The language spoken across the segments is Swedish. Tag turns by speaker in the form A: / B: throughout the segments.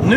A: Nu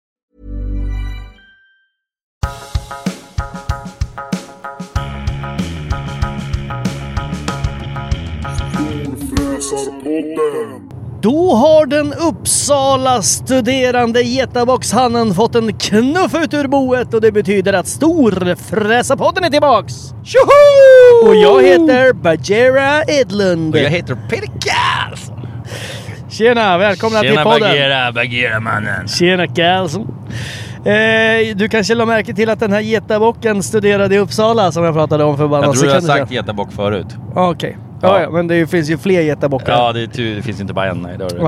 A: Då har den Uppsala studerande getaboxhannen fått en knuff ut ur boet och det betyder att Storfräsarpodden är tillbaks! Tjoho! Och jag heter Bajera Edlund.
B: heter alltså. Peter Karlsson.
A: Tjena, välkomna till
B: Tjena
A: podden!
B: Bagheera, Bagheera-mannen.
A: Tjena Karlsson! Eh, du kanske la märke till att den här getabocken studerade i Uppsala som jag pratade om för bara några
B: Jag tror jag har
A: sekunder sedan.
B: sagt getabock förut.
A: Ah, Okej. Ja, ja, men det finns ju fler getabockar.
B: Ja, det, är tur, det finns inte bara en. Nej, det har du rätt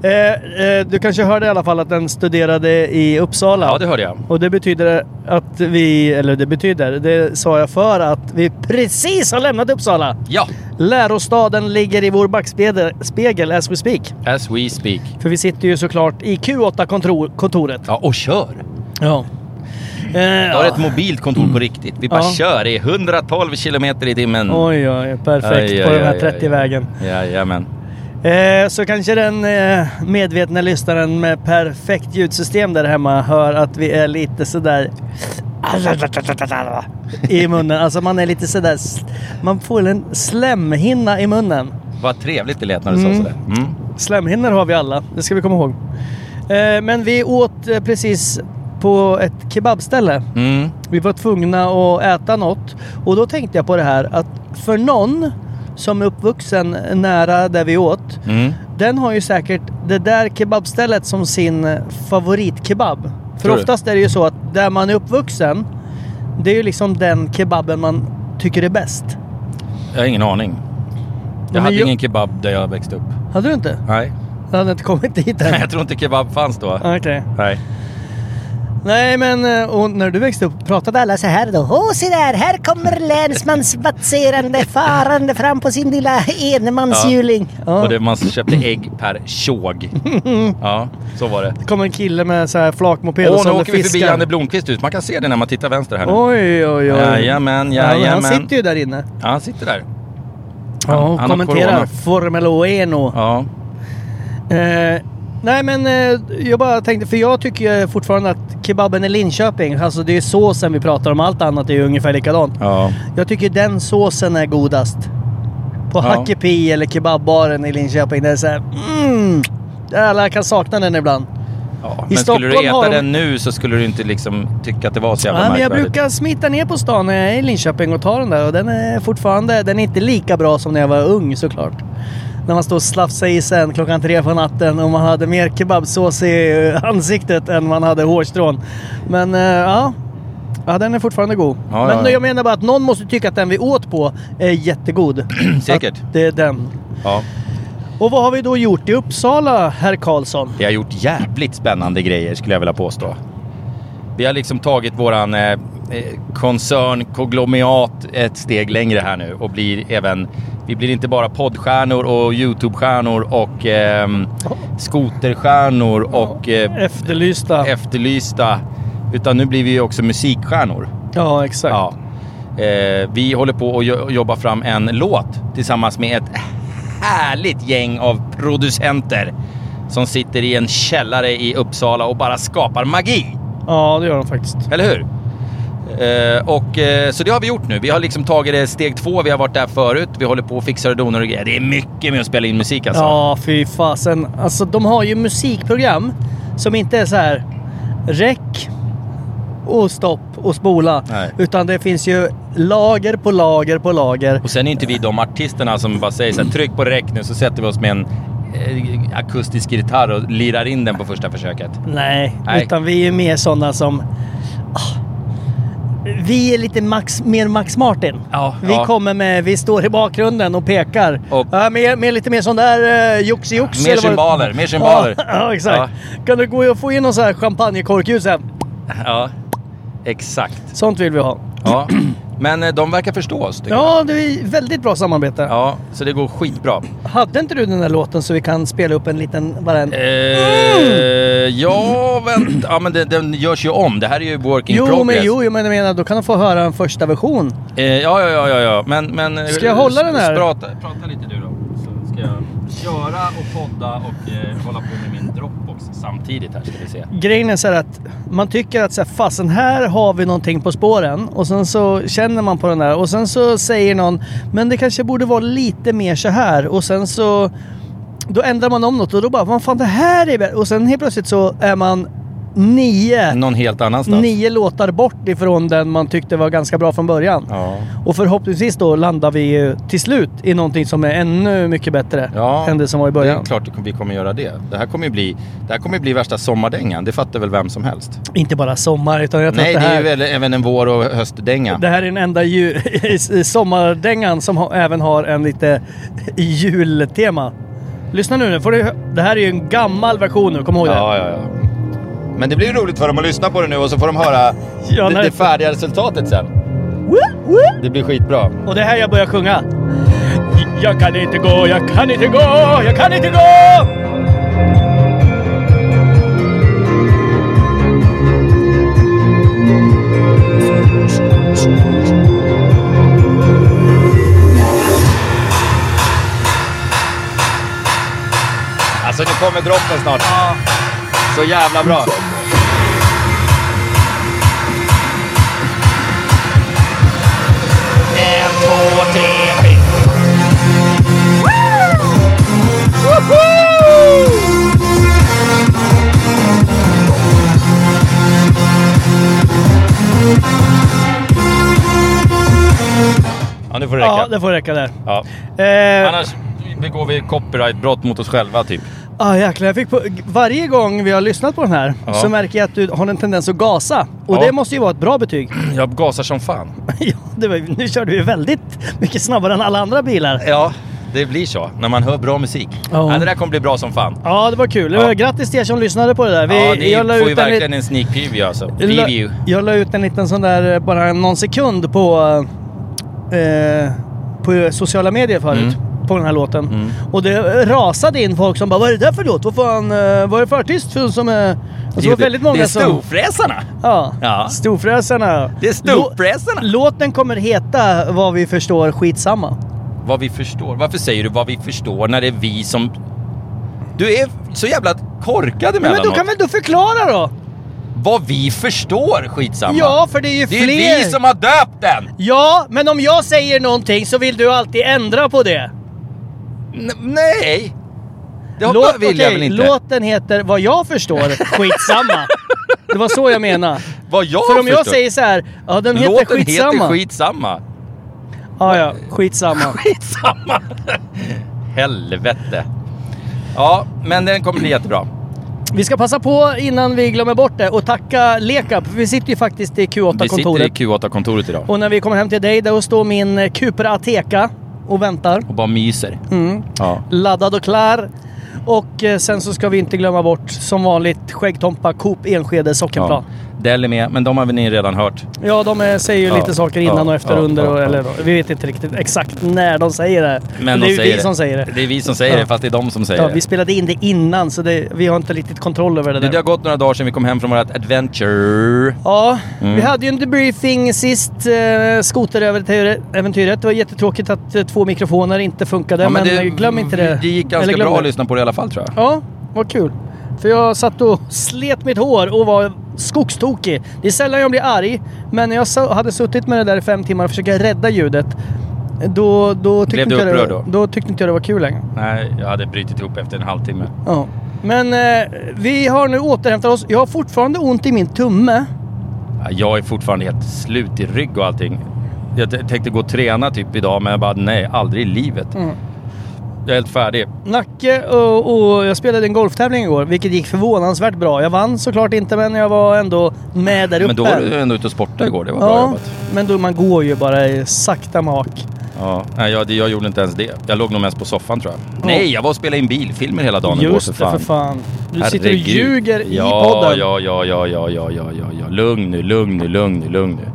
A: Ja.
B: i.
A: Eh, eh, du kanske hörde i alla fall att den studerade i Uppsala.
B: ja, det hörde jag.
A: Och det betyder att vi, eller det betyder, det sa jag för att vi precis har lämnat Uppsala.
B: Ja,
A: Lärostaden ligger i vår backspegel spegel, as we speak.
B: as we speak.
A: För vi sitter ju såklart i Q8-kontoret.
B: Ja, och kör!
A: Ja. Eh,
B: Jag har
A: ja. Mm.
B: ett mobilt kontor på riktigt. Vi bara
A: Ja.
B: kör i 112 kilometer i timmen.
A: Oj, oj, perfekt
B: Aj,
A: på
B: aj,
A: den här
B: aj, aj, aj.
A: 30-vägen.
B: Jajamän.
A: Eh, så kanske den eh, medvetna lyssnaren med perfekt ljudsystem där hemma hör att vi är lite sådär i munnen. Alltså man är lite sådär, man får en slemhinna i munnen.
B: Vad trevligt det lät när du sa sådär. Mm.
A: Slemhinnor har vi alla, det ska vi komma ihåg. Eh, men vi åt eh, precis på ett kebabställe.
B: Mm.
A: Vi var tvungna att äta något och då tänkte jag på det här att för någon som är uppvuxen nära där vi åt
B: Mm.
A: den har ju säkert det där kebabstället som sin eh, favoritkebab. För
B: Tror du?
A: oftast är det ju så att där man är uppvuxen, det är ju liksom den kebaben man tycker är bäst.
B: Jag har ingen aning. Jag
A: men
B: hade
A: jag-
B: ingen kebab där jag växte upp.
A: Hade du inte?
B: Nej.
A: Du hade inte kommit dit än?
B: Jag tror inte kebab fanns då.
A: Okej.
B: Nej.
A: Nej men, eh, och när du växte upp pratade alla så här då. Åh se där, här kommer länsman spatserande, farande fram på sin lilla enmanshjuling. Ja.
B: Och det, man köpte ägg per tjog. Ja, så var det.
A: Det kom en kille med så här flakmoped och
B: Åh, nu
A: sålde
B: åker vi förbi Janne
A: fiskar.
B: Blomqvist hus. Man kan se det när man tittar vänster här nu.
A: Oj, oj, oj.
B: Jajamän,
A: Ja, men
B: jajamän.
A: Han sitter ju där inne.
B: Ja, han sitter där.
A: Ja,
B: han
A: hon
B: har
A: kommenterar
B: corona.
A: Formel 1.
B: Ja.
A: Eh, nej men eh, jag bara tänkte, för jag tycker ju fortfarande att kebaben i Linköping, alltså det är ju såsen vi pratar om, allt annat är ju ungefär likadant.
B: ja.
A: Jag tycker den såsen är godast. På
B: Ja.
A: Hacke Pi eller kebabbaren i Linköping, det är såhär mm, Jävlar, jag kan sakna den ibland.
B: ja.
A: I
B: Men skulle du
A: Stockholm har
B: äta
A: de-
B: den nu så skulle du inte liksom tycka att det var så jävla
A: Ja, men jag
B: märkvärdigt.
A: brukar smita ner på stan när jag är i Linköping och ta den där och den är fortfarande, den är inte lika bra som när jag var ung såklart. När man står och slafsar i sen klockan tre på natten och man hade mer kebabsås i eh, ansiktet än man hade hårstrån. Men eh, ja, Ja, den är fortfarande god.
B: Ja,
A: Men
B: ja, ja.
A: jag menar bara att någon måste tycka att den vi åt på är jättegod.
B: Säkert.
A: Att Det är den.
B: Ja.
A: Och vad har vi då gjort i Uppsala, herr Karlsson?
B: Vi har gjort jävligt spännande grejer skulle jag vilja påstå. Vi har liksom tagit våran eh, eh, koncern, konglomeriat ett steg längre här nu och blir även, vi blir inte bara poddstjärnor och YouTube-stjärnor och ehm, skoterstjärnor och eh,
A: Efterlysta.
B: efterlysta, utan nu blir vi ju också musikstjärnor.
A: ja, exakt.
B: Ja. Eh, vi håller på att jo- jobba fram en låt tillsammans med ett härligt gäng av producenter som sitter i en källare i Uppsala och bara skapar magi.
A: ja, det gör de faktiskt.
B: Eller hur? Eh, och, eh, så det har vi gjort nu. Vi har liksom tagit det steg två, vi har varit där förut, vi håller på och fixar och donar och grejer. Det är mycket med att spela in musik alltså.
A: Ja, fy fasen. Alltså, de har ju musikprogram som inte är så här räck och stopp och spola.
B: Nej.
A: Utan det finns ju lager på lager på lager.
B: Och sen är inte vi de artisterna som bara säger så här, tryck på räck nu så sätter vi oss med en eh, akustisk gitarr och lirar in den på första försöket.
A: Nej,
B: Nej.
A: utan vi är mer sådana som... ah, Vi är lite Max, mer Max Martin.
B: Ja,
A: vi
B: ja.
A: kommer med, vi står i bakgrunden och pekar.
B: Och-
A: ja, mer, mer, lite mer sån där uh, jox
B: Mer cymbaler, mer
A: Ja,
B: cymbaler.
A: ja, exakt. Kan du gå och få in någon sån här champagnekorkljus här?
B: Ja, ja. exakt.
A: Sånt vill vi ha.
B: Ja. Men eh, de verkar förstå oss. tycker jag.
A: Ja, det är väldigt bra samarbete.
B: ja. Så det går skitbra.
A: Hade inte du den där låten så vi kan spela upp en liten, bara en...
B: Eh, Ja, vänta. Ja, men den, den görs ju om. Det här är ju work in
A: Jo men,
B: progress.
A: jo, jo, men jag menar, då kan de få höra en första version.
B: Eh, ja, ja, ja, ja, ja. Men, men... eh,
A: Ska jag hålla den här?
B: Prata, prata lite du då. Så ska jag köra och podda och eh, hålla på med min dropbox samtidigt här ska vi se.
A: Grejen är så här att man tycker att så här, fasen här har vi någonting på spåren och sen så känner man på den där och sen så säger någon men det kanske borde vara lite mer så här och sen så då ändrar man om något och då bara vad fan det här är bättre." och sen helt plötsligt så är man nio,
B: Någon helt annanstans.
A: nio låtar bort ifrån den man tyckte var ganska bra från början.
B: Ja.
A: Och förhoppningsvis då landar vi ju till slut i någonting som är ännu mycket bättre
B: Ja,
A: än det som var i
B: Det
A: början.
B: är klart det kom- vi kommer göra det. Det här kommer ju bli, det här kommer ju bli värsta sommardängan. Det fattar väl vem som helst.
A: Inte bara sommar utan jag tror
B: Nej,
A: att
B: det
A: det här...
B: är ju väl även en vår och höstdänga.
A: Det här är den enda ju- sommardängan som ha, även har en lite jultema. Lyssna nu, nu får du, hö- det här är ju en gammal version nu, kom ihåg det.
B: Ja, ja, ja. Men det blir ju roligt för dem att lyssna på det nu och så får de höra
A: Ja,
B: det,
A: nej.
B: det färdiga resultatet sen.
A: Woo, woo.
B: Det blir skitbra.
A: Och det här jag börjar sjunga. Jag kan inte gå, jag kan inte gå, jag kan inte gå!
B: Alltså nu kommer droppen snart. Så jävla bra. En, två, tre, fy- Ja, nu får det räcka.
A: Ja, det får räcka där.
B: Ja.
A: Eh,
B: Annars begår vi copyrightbrott mot oss själva typ.
A: Ah, jäklar, jag fick på, varje gång vi har lyssnat på den här
B: Ja.
A: så märker jag att du har en tendens att gasa. Och
B: Ja.
A: det måste ju vara ett bra betyg.
B: Jag gasar som fan.
A: ja, det var, nu kör du ju väldigt mycket snabbare än alla andra bilar.
B: Ja, det blir så. När man hör bra musik.
A: Ja.
B: Ja, det där kommer bli bra som fan.
A: Ja, det var kul.
B: Ja.
A: Grattis till er som lyssnade på det där.
B: ja, det
A: la
B: får ju
A: ut en
B: verkligen
A: lit-
B: en sneak preview alltså.
A: la-
B: Preview.
A: Jag la ut en liten sån där, eh, bara någon sekund på, eh, på sociala medier förut.
B: Mm.
A: På den här låten. Och det eh, rasade in folk som bara Vad är det där för låt? Vad fan, eh, vad är det för artist för- som är... Och så var det väldigt många
B: det är
A: som...
B: storfräsarna!
A: Ja,
B: Ja.
A: storfräsarna.
B: Det är storfräsarna.
A: Lå- Låten kommer heta, vad vi förstår, skitsamma.
B: Vad vi förstår. Varför säger du vad vi förstår när det är vi som... Du är så jävla korkad
A: Ja, men
B: emellanåt.
A: då kan väl du förklara då?
B: Vad vi förstår, skitsamma.
A: Ja, för det är ju
B: det
A: fler.
B: är vi som har döpt den!
A: Ja, men om jag säger någonting så vill du alltid ändra på det.
B: N- nej! Det har- vill jag
A: okej,
B: väl inte?
A: Låten heter Vad jag förstår, skitsamma. Det var så jag menade.
B: Vad jag
A: För om jag
B: förstår.
A: säger så här, ja den heter
B: Låten
A: skitsamma.
B: heter skitsamma.
A: Ja, ja, skitsamma.
B: Skitsamma! Helvete. Ja, men den kommer bli jättebra.
A: Vi ska passa på innan vi glömmer bort det och tacka Lekab. för Vi sitter ju faktiskt
B: Vi
A: i
B: sitter i
A: Q8-kontoret.
B: Q8-kontoret idag
A: Och när vi kommer hem till dig, där står min eh, Cupra Ateca och väntar.
B: och bara myser.
A: Mm.
B: Ja.
A: Laddad och klar. Och eh, sen så ska vi inte glömma bort, som vanligt, Skäggtompa, Coop, Enskede, Sockenplan.
B: Ja. Dell är med, men de har väl ni redan hört.
A: Ja, de eh, säger ju
B: Ja,
A: lite saker innan
B: ja,
A: och efter
B: ja,
A: och under.
B: ja,
A: och,
B: ja.
A: eller, Vi vet inte riktigt exakt när de säger det.
B: Men
A: det
B: de
A: är ju vi som säger det.
B: Det är vi som säger
A: Ja.
B: det, fast det är de som säger
A: Ja,
B: det.
A: vi spelade in det innan, så det, vi har inte riktigt kontroll över det
B: Du,
A: där.
B: det har gått några dagar sedan vi kom hem från vårt adventure.
A: Ja,
B: Mm.
A: vi hade ju en debriefing sist, eh, skoteräventyret. Det var jättetråkigt att eh, två mikrofoner inte funkade,
B: Ja,
A: men, eh, glöm inte det.
B: Det gick ganska
A: Eller glöm
B: bra liksom.
A: det.
B: att lyssna på det i alla fall tror jag.
A: Ja, vad kul. För jag satt och slet mitt hår och var skogstokig. Det är sällan jag blir arg, men när jag sa- hade suttit med det där i fem timmar och försökt rädda ljudet, då, då, tyckte
B: Blev
A: inte
B: du
A: jag det,
B: upprörd
A: då tyckte inte jag det var kul längre.
B: Nej, jag hade brutit ihop efter en halvtimme.
A: Ja. Men eh, vi har nu återhämtat oss. Jag har fortfarande ont i min tumme.
B: Ja, Jag är fortfarande helt slut i rygg och allting. Jag t- tänkte gå och träna typ idag, men jag bara nej, aldrig i livet.
A: Mm.
B: Jag är helt färdig.
A: Nacke och, och jag spelade en golftävling igår, vilket gick förvånansvärt bra. Jag vann såklart inte, men jag var ändå med där uppe.
B: Men då var du ändå ute och sportade igår, det var bra
A: ja,
B: jobbat.
A: men då, man går ju bara i sakta mak.
B: Ja, nej, jag, det- jag gjorde inte ens det. Jag låg nog mest på soffan tror jag. Nej, jag var och spelade in bilfilmer hela dagen igår
A: Just
B: för
A: det,
B: fan.
A: för fan. Du sitter och
B: Herregud.
A: ljuger
B: ja,
A: i podden.
B: Ja, ja, ja, ja, ja, ja, ja, ja. Lugn nu, lugn nu, lugn nu, lugn nu.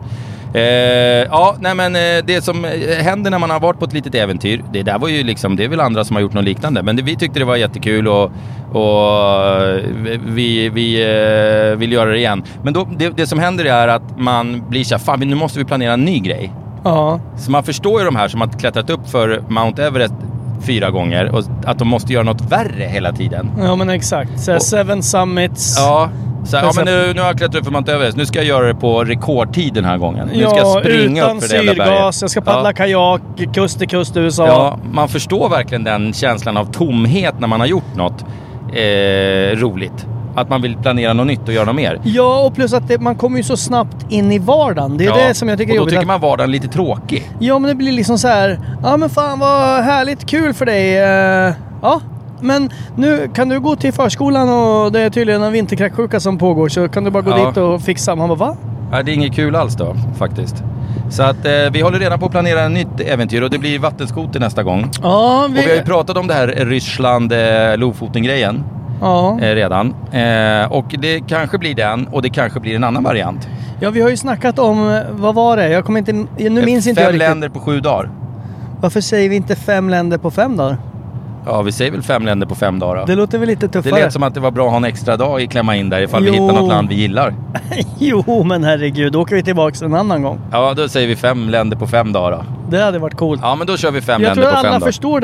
B: Eh, ja, nej men eh, det som eh, händer när man har varit på ett litet äventyr, det där var ju liksom, det är väl andra som har gjort något liknande, men det, vi tyckte det var jättekul och, och eh, vi, vi eh, vill göra det igen. Men då, det, det som händer är att man blir så här, fan nu måste vi planera en ny grej.
A: Ja.
B: Så man förstår ju de här som har klättrat upp för Mount Everest fyra gånger, och att de måste göra något värre hela tiden.
A: ja, men exakt. Så här,
B: Och-
A: Seven Summits.
B: Ja, så här, ja
A: Pressa-
B: men nu, nu har jag klättrat upp för Mount Everest. Nu ska jag göra det på rekordtid den här gången. Nu ska
A: Ja,
B: jag springa
A: utan
B: upp för det jävla berget.
A: syrgas. Jag ska paddla
B: ja.
A: kajak kust till kust i USA.
B: ja, man förstår verkligen den känslan av tomhet när man har gjort något eh, roligt. Att man vill planera något nytt och göra något mer.
A: Ja, och plus att det, man kommer ju så snabbt in i vardagen. Det är
B: Ja,
A: det som jag tycker är
B: och då
A: jobbigt.
B: tycker
A: att-
B: man vardagen lite tråkig.
A: Ja, men det blir liksom så här. Ja, men fan vad härligt kul för dig. Eh, ja, men nu kan du gå till förskolan och det är tydligen en vinterkräksjuka som pågår så kan du bara gå
B: Ja.
A: dit och fixa. Man bara va?
B: Ja, det är inget kul alls då, faktiskt. Så att eh, vi håller redan på att planera ett nytt äventyr och det blir vattenskoter nästa gång.
A: Ja, vi...
B: Och vi har ju pratat om det här eh, Ryssland-Lofoten-grejen.
A: ja.
B: eh, redan. Eh, och det kanske blir den och det kanske blir en annan variant.
A: ja, vi har ju snackat om, eh, vad var det? Jag kommer inte, nu minns
B: Eh, fem
A: inte jag riktigt.
B: länder på sju dagar.
A: Varför säger vi inte fem länder på fem dagar?
B: Ja, vi säger väl fem länder på fem dagar.
A: Det
B: Då.
A: låter väl lite
B: Det
A: tuffare?
B: lät som att det var bra att ha en extra dag i klämma in där ifall vi
A: Jo.
B: hittar något land vi gillar.
A: Jo, men herregud, då åker vi tillbaks en annan gång.
B: Ja, då säger vi fem länder på fem dagar då.
A: Det hade varit coolt.
B: Ja, men då kör vi fem
A: jag tror
B: länder på
A: alla
B: fem dagar.
A: förstår det.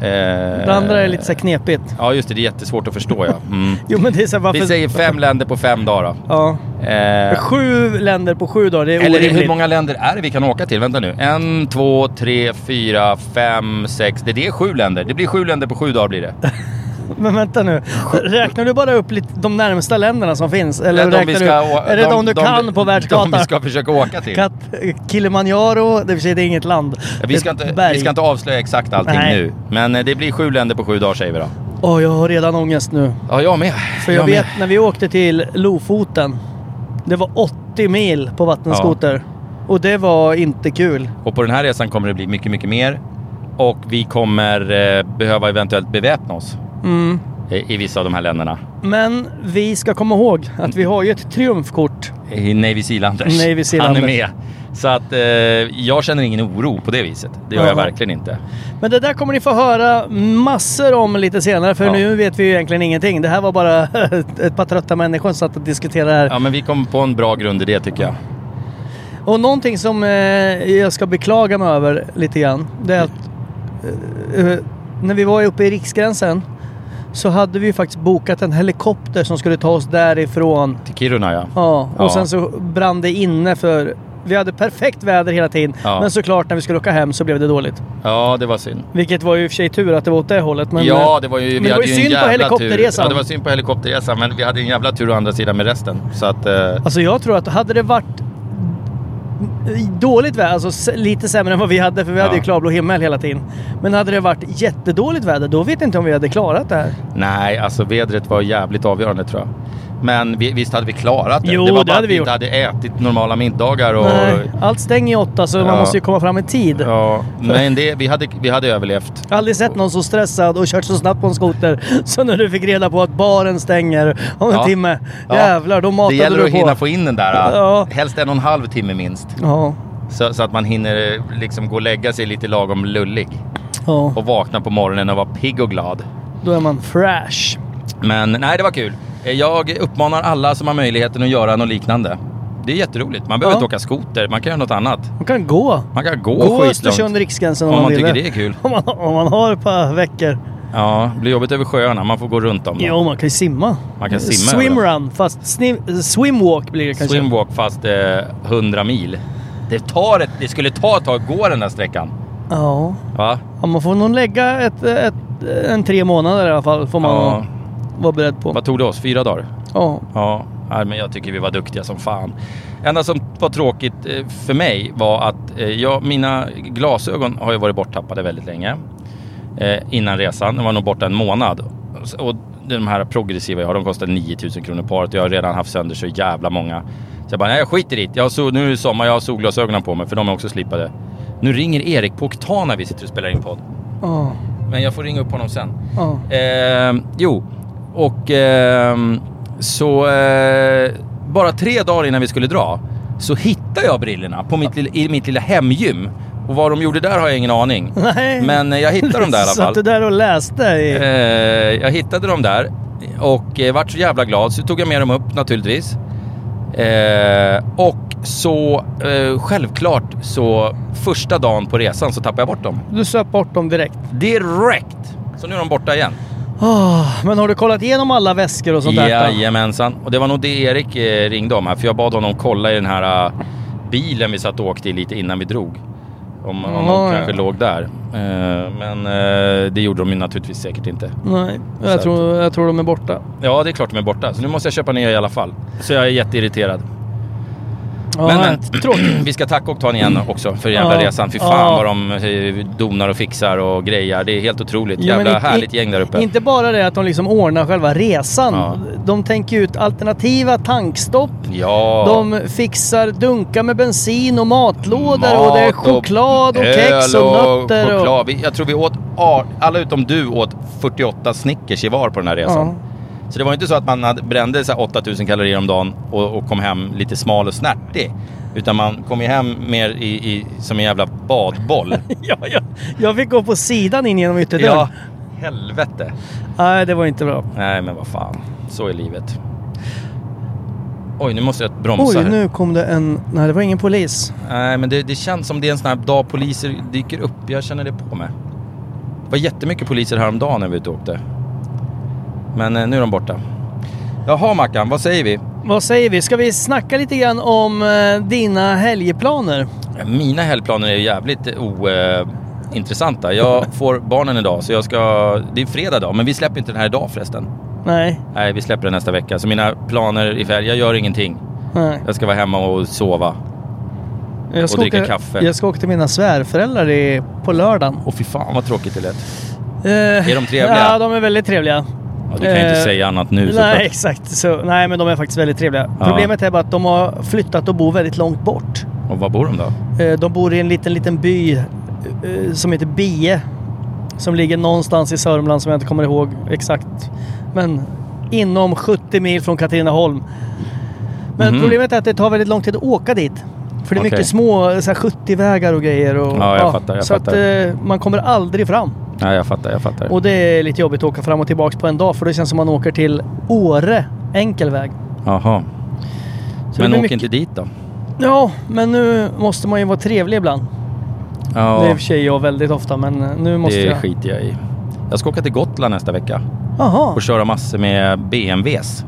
B: Eh,
A: Det andra är lite så här knepigt.
B: Ja, just det. Det är jättesvårt att förstå, ja. Mm.
A: Jo, men det är så här, varför...
B: Vi säger fem länder på fem dagar då.
A: Ja.
B: Eh,
A: Sju länder på sju dagar, det är
B: Eller
A: orimligt.
B: hur många länder är det vi kan åka till? Vänta nu. En, två, tre, fyra, fem, sex. Det, det är sju länder. Det blir sju länder på sju dagar blir det.
A: Men vänta nu. Räknar du bara upp lite, de närmsta länderna som finns? Eller
B: Ja,
A: räknar
B: de vi ska
A: du,
B: å-
A: är det de, du kan på världskartan?
B: De vi ska försöka åka till.
A: Kat, Kilimanjaro, det vill säga det är inget land.
B: Ja, Vi ska,
A: Det är ett
B: inte,
A: berg.
B: vi ska inte avslöja exakt allting
A: Nej.
B: nu. Men eh, det blir sju länder på sju dagar säger vi då.
A: Åh, jag har redan ångest nu.
B: Ja, jag med.
A: För jag,
B: med.
A: vet när vi åkte till Lofoten. Det var 80 mil på vattenskoter. Och det var inte kul.
B: Och på den här resan kommer det bli mycket, mycket mer. Och vi kommer eh, behöva eventuellt beväpna oss
A: Mm.
B: eh, i vissa av de här länderna.
A: Men vi ska komma ihåg att vi har ju ett triumfkort.
B: I Navy Sealanders.
A: Navy Sealanders.
B: Han är med. Så att eh, jag känner ingen oro på det viset. Det gör jag
A: Jaha.
B: verkligen inte.
A: Men det där kommer ni få höra massor om lite senare för
B: Ja.
A: nu vet vi ju egentligen ingenting. Det här var bara ett par trötta människor som satt och diskuterade det här.
B: Ja, men vi kom på en bra grund i det tycker jag.
A: Och någonting som eh, jag ska beklaga mig över lite grann. Det är att eh, eh, när vi var uppe i Riksgränsen så hade vi ju faktiskt bokat en helikopter som skulle ta oss därifrån
B: Till Kiruna ja.
A: Ja, och
B: Ja.
A: sen så brann det inne för vi hade perfekt väder hela tiden.
B: Ja.
A: Men såklart när vi skulle åka hem så blev det dåligt.
B: Ja, det var synd.
A: Vilket var ju i och för sig tur att det var åt det hållet. Men eh,
B: ja, det var ju,
A: men
B: vi
A: det var
B: hade
A: ju
B: ju en
A: synd på
B: jävla Tur.
A: helikopterresan.
B: Ja, det var synd på helikopterresan, men vi hade en jävla tur å andra sidan med resten. Så att, eh,
A: Alltså jag tror att hade det varit dåligt väder, alltså s- lite sämre än vad vi hade för vi hade
B: Ja.
A: ju klarblå himmel hela tiden. Men hade det varit jättedåligt väder då vet jag inte om vi hade klarat det här.
B: nej, alltså vädret var jävligt avgörande tror jag. Men vi, visst hade vi klarat det.
A: Jo,
B: det var
A: det
B: bara
A: hade
B: att
A: vi
B: vi inte hade ätit normala middagar och...
A: Nej, allt stänger i åtta så man
B: Ja.
A: måste ju komma fram i tid.
B: Ja, men det, vi, hade, vi hade överlevt.
A: Jag har aldrig sett någon så stressad och kört så snabbt på en skoter som när du fick reda på att baren stänger om en
B: Ja.
A: timme.
B: Ja.
A: Jävlar, då
B: Det
A: matade
B: gäller
A: du
B: att
A: på.
B: hinna få in den där, äh,
A: Ja.
B: helst en och en halv timme minst.
A: Ja,
B: Så, så att man hinner eh, liksom gå och lägga sig lite lagom lullig.
A: ja,
B: Och vakna på morgonen och vara pigg och glad.
A: då är man fresh.
B: Men nej, det var kul. Eh, Jag uppmanar alla som har möjligheten att göra något liknande. Det är jätteroligt. Man behöver
A: Ja.
B: inte åka skoter, man kan göra något annat.
A: Man kan gå.
B: Man kan gå,
A: Gå
B: skitlångt.
A: Östersund Riksgränsen om,
B: Om man
A: vill.
B: tycker det är kul.
A: Om man, om man har ett par veckor.
B: Ja, det blir jobbigt över sjöarna, man får gå runt om dem.
A: Jo, man kan ju simma.
B: Man kan simma,
A: Swimrun, fast snim, swimwalk blir det kanske.
B: Swimwalk fast eh, 100 mil. Det, tar ett, det skulle ta ett tag att gå den där sträckan.
A: Ja.
B: Va?
A: ja, man får nog lägga ett, ett, en tre månader i alla fall. Får man
B: Ja.
A: vara beredd på.
B: Vad tog det oss? Fyra dagar?
A: Ja.
B: Ja, nej, men jag tycker vi var duktiga som fan. enda som var tråkigt eh, för mig var att eh, jag, mina glasögon har ju varit borttappade väldigt länge. Eh, innan resan. De var nog borta en månad. Och de här progressiva jag har, de kostar 9000 kronor paret. Jag har redan haft sönder så jävla många. Så jag bara, nej jag skiter i det. Jag har sol, nu är det sommar, jag har solglasögonen på mig för de är också slipade. Nu ringer Erik på Oktan när vi sitter och spelar in podd.
A: Ja.
B: Men jag får ringa upp honom sen.
A: Ja.
B: Eh, jo, och ehm, så eh, bara tre dagar innan vi skulle dra så hittade jag brillorna på mitt, lilla- i mitt lilla hemgym. Och vad de gjorde där har jag ingen aning.
A: Nej.
B: Men eh, jag hittade dem där i alla
A: Satt
B: fall.
A: du där och läste? I...
B: Eh, jag hittade dem där och eh, vart så jävla glad så tog jag med dem upp naturligtvis. Eh, och så eh, självklart så första dagen på resan så tappade jag bort dem.
A: Du söp bort dem direkt.
B: Direkt! Så nu är de borta igen.
A: Ah, men har du kollat igenom alla väskor och sånt där? då?
B: Jajamensan. Och det var nog det Erik eh, ringde om här. För jag bad honom kolla i den här eh, bilen vi satt och åkte i lite innan vi drog. Om, om
A: Ja,
B: de
A: Ah, ja.
B: kanske låg där. Eh, men eh, det gjorde de ju naturligtvis säkert inte.
A: Nej,
B: Så
A: jag
B: att-
A: tror, jag tror de är borta.
B: Ja, det är klart de är borta. Så nu måste jag köpa nya i alla fall. Så jag är jätteirriterad.
A: Ja,
B: Men, men,
A: tråkigt.
B: vi ska tacka Oktan igen också för jävla
A: Ja.
B: resan. Fy
A: Ja.
B: fan vad de eh, donar och fixar och grejar. Det är helt otroligt.
A: Ja, men
B: jävla
A: inte-
B: härligt gäng där uppe.
A: Inte bara det att de liksom ordnar själva resan.
B: Ja.
A: De tänker ut alternativa tankstopp.
B: ja.
A: De fixar dunkar med bensin och matlådor
B: Mat
A: och det är choklad och,
B: öl
A: kex och nötter.
B: choklad.
A: Och,
B: Vi- Jag tror vi åt, ar- alla utom du åt 48 Snickers i var på den här resan.
A: Ja.
B: Så det var ju inte så att man hade, brände så här 8000 kalorier om dagen och, och kom hem lite smal och snärtig. Utan man kom ju hem mer i, i, som en jävla badboll.
A: ja, ja. Jag fick gå på sidan in genom ytterdörren.
B: ja, helvete.
A: Nej, det var inte bra.
B: Nej men vad fan, så är livet. Oj, nu måste jag bromsa.
A: Oj,
B: här.
A: nu kom det en... Nej, det var ingen polis.
B: Nej, men det, det känns som det är en sån här dag poliser dyker upp. Jag känner det på mig. Det var jättemycket poliser häromdagen när vi var ute och åkte. Men eh, nu är de borta. Jaha Mackan, vad säger vi?
A: Vad säger vi? Ska vi snacka lite grann om eh, dina helgplaner?
B: Mina helgplaner är ju jävligt o... Eh, intressanta. Jag får barnen idag så jag ska... Det är fredag idag, men vi släpper inte den här idag förresten.
A: Nej.
B: Nej, vi släpper den nästa vecka. Så mina planer i färg, jag gör ingenting.
A: Nej.
B: Jag ska vara hemma och sova.
A: Jag
B: Och dricka
A: åka,
B: kaffe.
A: Jag ska åka till mina svärföräldrar i, på lördagen.
B: Åh fy fan vad tråkigt det lät.
A: Eh,
B: Är de trevliga?
A: Ja, de är väldigt trevliga.
B: Ja, du kan ju inte
A: Eh,
B: säga annat nu. såklart.
A: Nej, exakt. Så, nej, men de är faktiskt väldigt trevliga.
B: Ja.
A: Problemet är bara att de har flyttat och bor väldigt långt bort.
B: Och var bor de då?
A: Eh, De bor i en liten, liten by eh, som heter Bie. Som ligger någonstans i Sörmland som jag inte kommer ihåg exakt. Men inom 70 mil från Katrineholm. Men
B: Mhm.
A: problemet är att det tar väldigt lång tid att åka dit. För det är
B: Okej.
A: mycket små så här 70-vägar och grejer. Och,
B: Ja, jag fattar, jag
A: så
B: fattar.
A: att eh, man kommer aldrig fram.
B: Nej, jag fattar, jag fattar.
A: Och det är lite jobbigt att åka fram och tillbaka på en dag. För det känns som man åker till Åre enkel väg.
B: Jaha.
A: Så det
B: Men
A: blir
B: åk
A: mycket-
B: inte dit då.
A: Ja, men nu måste man ju vara trevlig ibland.
B: Ja,
A: Det är i och för sig jag väldigt ofta, men eh, nu måste
B: det
A: jag...
B: skiter jag i. Jag ska åka till Gotland nästa vecka
A: Jaha.
B: och köra massor med BMWs.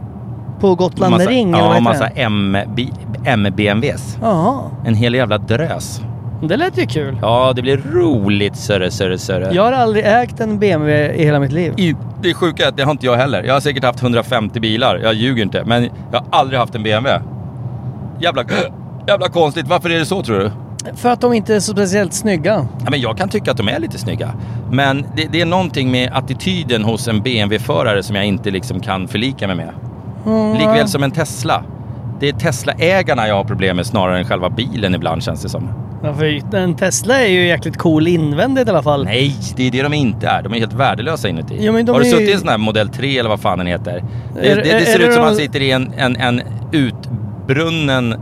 A: På Gotland
B: Massa,
A: Ring? eller
B: ja,
A: vad
B: massa
A: heter det?
B: M-BMWs.
A: Jaha,
B: En hel jävla drös.
A: det lät ju kul.
B: Ja, det blir roligt sörre, sörre, sörre.
A: Jag har aldrig ägt en BMW i hela mitt liv.
B: I- Det är sjuka är att det har inte jag heller. Jag har säkert haft 150 bilar, jag ljuger inte. Men jag har aldrig haft en BMW. Jävla, jävla konstigt, varför är det så tror du?
A: För att de inte är så speciellt snygga.
B: Ja, men jag kan tycka att de är lite snygga. Men det, det är någonting med attityden hos en BMW-förare som jag inte liksom kan förlika mig med.
A: Mm.
B: Likväl som en Tesla. Det är Tesla-ägarna jag har problem med snarare än själva bilen ibland känns det som.
A: Ja, för en Tesla är ju jäkligt cool invändigt i alla fall.
B: Nej, det är det de inte är. De är helt värdelösa inuti.
A: Ja, men de
B: har du
A: är-
B: suttit i en sån här modell 3 eller vad fan den heter? Det,
A: Är-
B: det, det
A: är-
B: ser
A: är
B: ut
A: det
B: som
A: de-
B: man sitter i en, en, en utbrunnen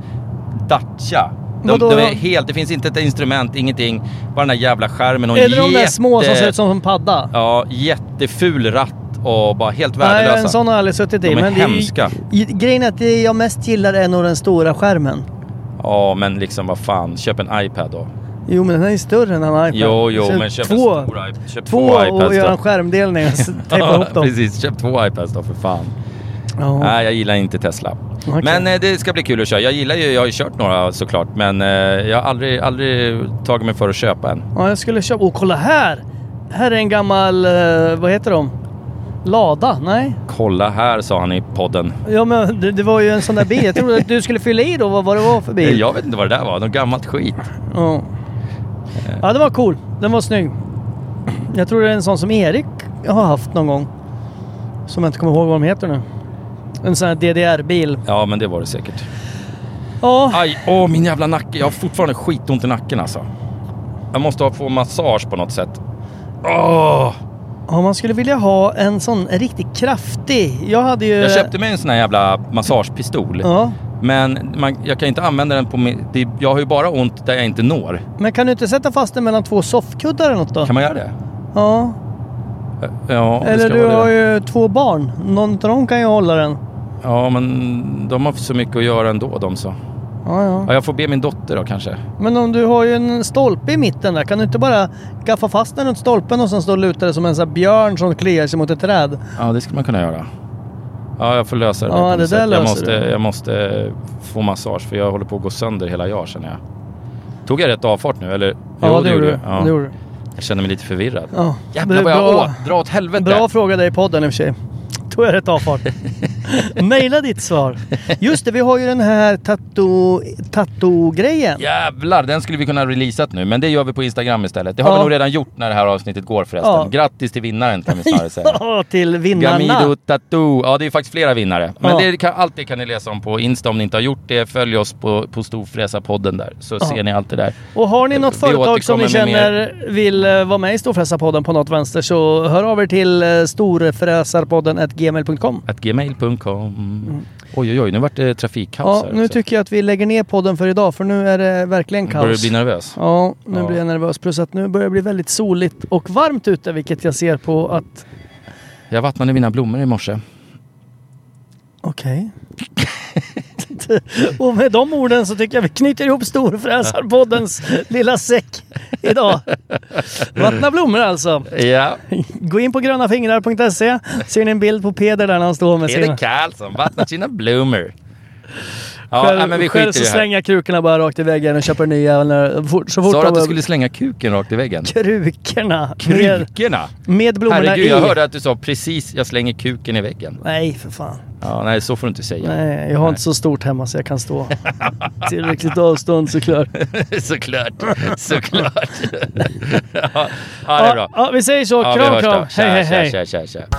B: Dacia. De,
A: Vadå?
B: de är helt, det finns inte ett instrument, ingenting. Bara den där jävla skärmen och en
A: är det de där små som
B: jätte-
A: ser ut som en padda?
B: Ja, jätteful ratt och bara helt
A: Nej,
B: värdelösa.
A: en sån har jag aldrig suttit
B: De
A: i.
B: är
A: men det
B: hemska.
A: Ju, i- grejen är att det jag mest gillar är nog den stora skärmen.
B: Ja, men liksom vad fan, köp en iPad då.
A: Jo, men den är ju större än en iPad.
B: Jo, jo,
A: Så
B: men köp en
A: två,
B: stor iPad. Köp
A: två
B: två iPads
A: och
B: då.
A: göra en skärmdelning och så tejpa ihop dem.
B: Precis, köp två iPads då för fan.
A: Ja.
B: Nej, jag gillar inte Tesla.
A: Okej.
B: Men eh, det ska bli kul att köra. Jag gillar ju, jag har ju kört några såklart, men eh, jag har aldrig, aldrig tagit mig för att köpa en.
A: Ja, jag skulle köpa... Åh, kolla här! Här är en gammal... eh, vad heter de? Lada? Nej?
B: Kolla här, sa han i podden.
A: Ja, men det, det var ju en sån där bil. Jag trodde att du skulle fylla i då vad, vad det var för
B: Eh,
A: bil.
B: Jag vet inte vad det där var, något gammalt skit.
A: Ja. ja, den var cool. Den var snygg. Jag tror det är en sån som Erik har haft någon gång. Som jag inte kommer ihåg vad de heter nu. En sån här DDR-bil.
B: Ja, men det var det säkert.
A: Ja,
B: Aj, åh min jävla nacke. Jag har fortfarande skitont i nacken alltså. Jag måste ha- få massage på något sätt. Åh!
A: ja, man skulle vilja ha en sån riktigt kraftig. Jag hade ju...
B: Jag köpte mig en sån här jävla massagepistol.
A: Eh. Ja.
B: Men man, jag kan inte använda den på min... Det, jag har ju bara ont där jag inte når.
A: Men kan du inte sätta fast den mellan två soffkuddar eller något då?
B: Kan man göra det? Eh,
A: Ja.
B: Ja, det
A: Eller
B: ska
A: du
B: vara det.
A: har ju två barn. Någon av dem kan ju hålla den.
B: Ja, men de har så mycket att göra ändå de så.
A: Ja, ja.
B: Ja, jag får be min dotter då kanske.
A: Men om du har ju en stolpe i mitten där, kan du inte bara gaffa fast den runt stolpen och sen stå och luta dig som en sån här björn som kliar sig mot ett träd?
B: Ja, det skulle man kunna göra. Ja, jag får lösa det.
A: Ja,
B: på något
A: det där
B: sätt. jag,
A: löser
B: måste,
A: du.
B: jag måste få massage för jag håller på att gå sönder hela jag känner jag. Tog jag rätt avfart nu eller? Jo, gjorde jag.
A: Ja. det gjorde du.
B: Jag känner mig lite förvirrad.
A: Ja.
B: Jävlar
A: Det är
B: vad jag
A: bra.
B: åt! Dra åt helvete!
A: Bra fråga där i podden i och för sig. Tog jag rätt avfart? Maila ditt svar. Just det, vi har ju den här tato- tato-grejen.
B: Jävlar, den skulle vi kunna ha releasat nu, men det gör vi på Instagram istället. Det har
A: Ja.
B: vi nog redan gjort när det här avsnittet går förresten.
A: Ja.
B: Grattis till vinnaren kan vi snarare säga.
A: Ja, till
B: Gamido
A: vinnarna.
B: Tattoo. Ja, det är faktiskt flera vinnare. Men
A: Ja.
B: det kan, allt det kan ni läsa om på Insta om ni inte har gjort det. Följ oss på, på Storfräsa-podden där, så ser ni allt det där.
A: Och har ni något
B: Vi
A: företag som ni
B: återkommer med mer.
A: känner vill eh, vara med i Storfräsarpodden på något vänster så hör av er till eh, storfräsarpodden gmail.com.
B: Att gmail.com. Oj, oj, oj, nu vart det trafikkaos
A: Mm. Ja,
B: här
A: nu
B: också.
A: tycker jag att vi lägger ner podden för idag för nu är det verkligen kaos.
B: Börjar du bli nervös?
A: Ja, nu
B: Ja.
A: blir jag nervös. Plus att nu börjar det bli väldigt soligt och varmt ute vilket jag ser på att...
B: Jag vattnade mina blommor i morse.
A: Okej. och med de orden så tycker jag vi knyter ihop Storfräsarpoddens lilla säck idag. Vattna blommor alltså.
B: Ja,
A: Gå in på grönafingrar.se. Ser ni en bild på Peder där när han står med
B: Peder
A: sina...
B: Karlsson vattnar sina blommor. Ja,
A: själv
B: nej, men vi
A: själv
B: skiter i
A: så
B: det här.
A: slänger jag krukorna bara rakt i väggen och köper en ny jävel när, fort, så fort
B: Sa du att du
A: de-
B: skulle slänga kuken rakt i väggen?
A: Krukorna! Med,
B: Krukorna?
A: med blommorna
B: Herregud,
A: i.
B: jag hörde att du sa precis, jag slänger kuken i väggen.
A: Nej, för fan.
B: Ja, nej, så får du inte säga.
A: Nej, jag har inte så stort hemma så jag kan stå tillräckligt avstånd såklart.
B: såklart, såklart. ja, ja, det är bra.
A: Ja, vi säger så.
B: Ja, vi
A: kram,
B: hörs
A: kram.
B: då.
A: Hej, hej,
B: Tja,
A: hej.
B: tja, tja, tja.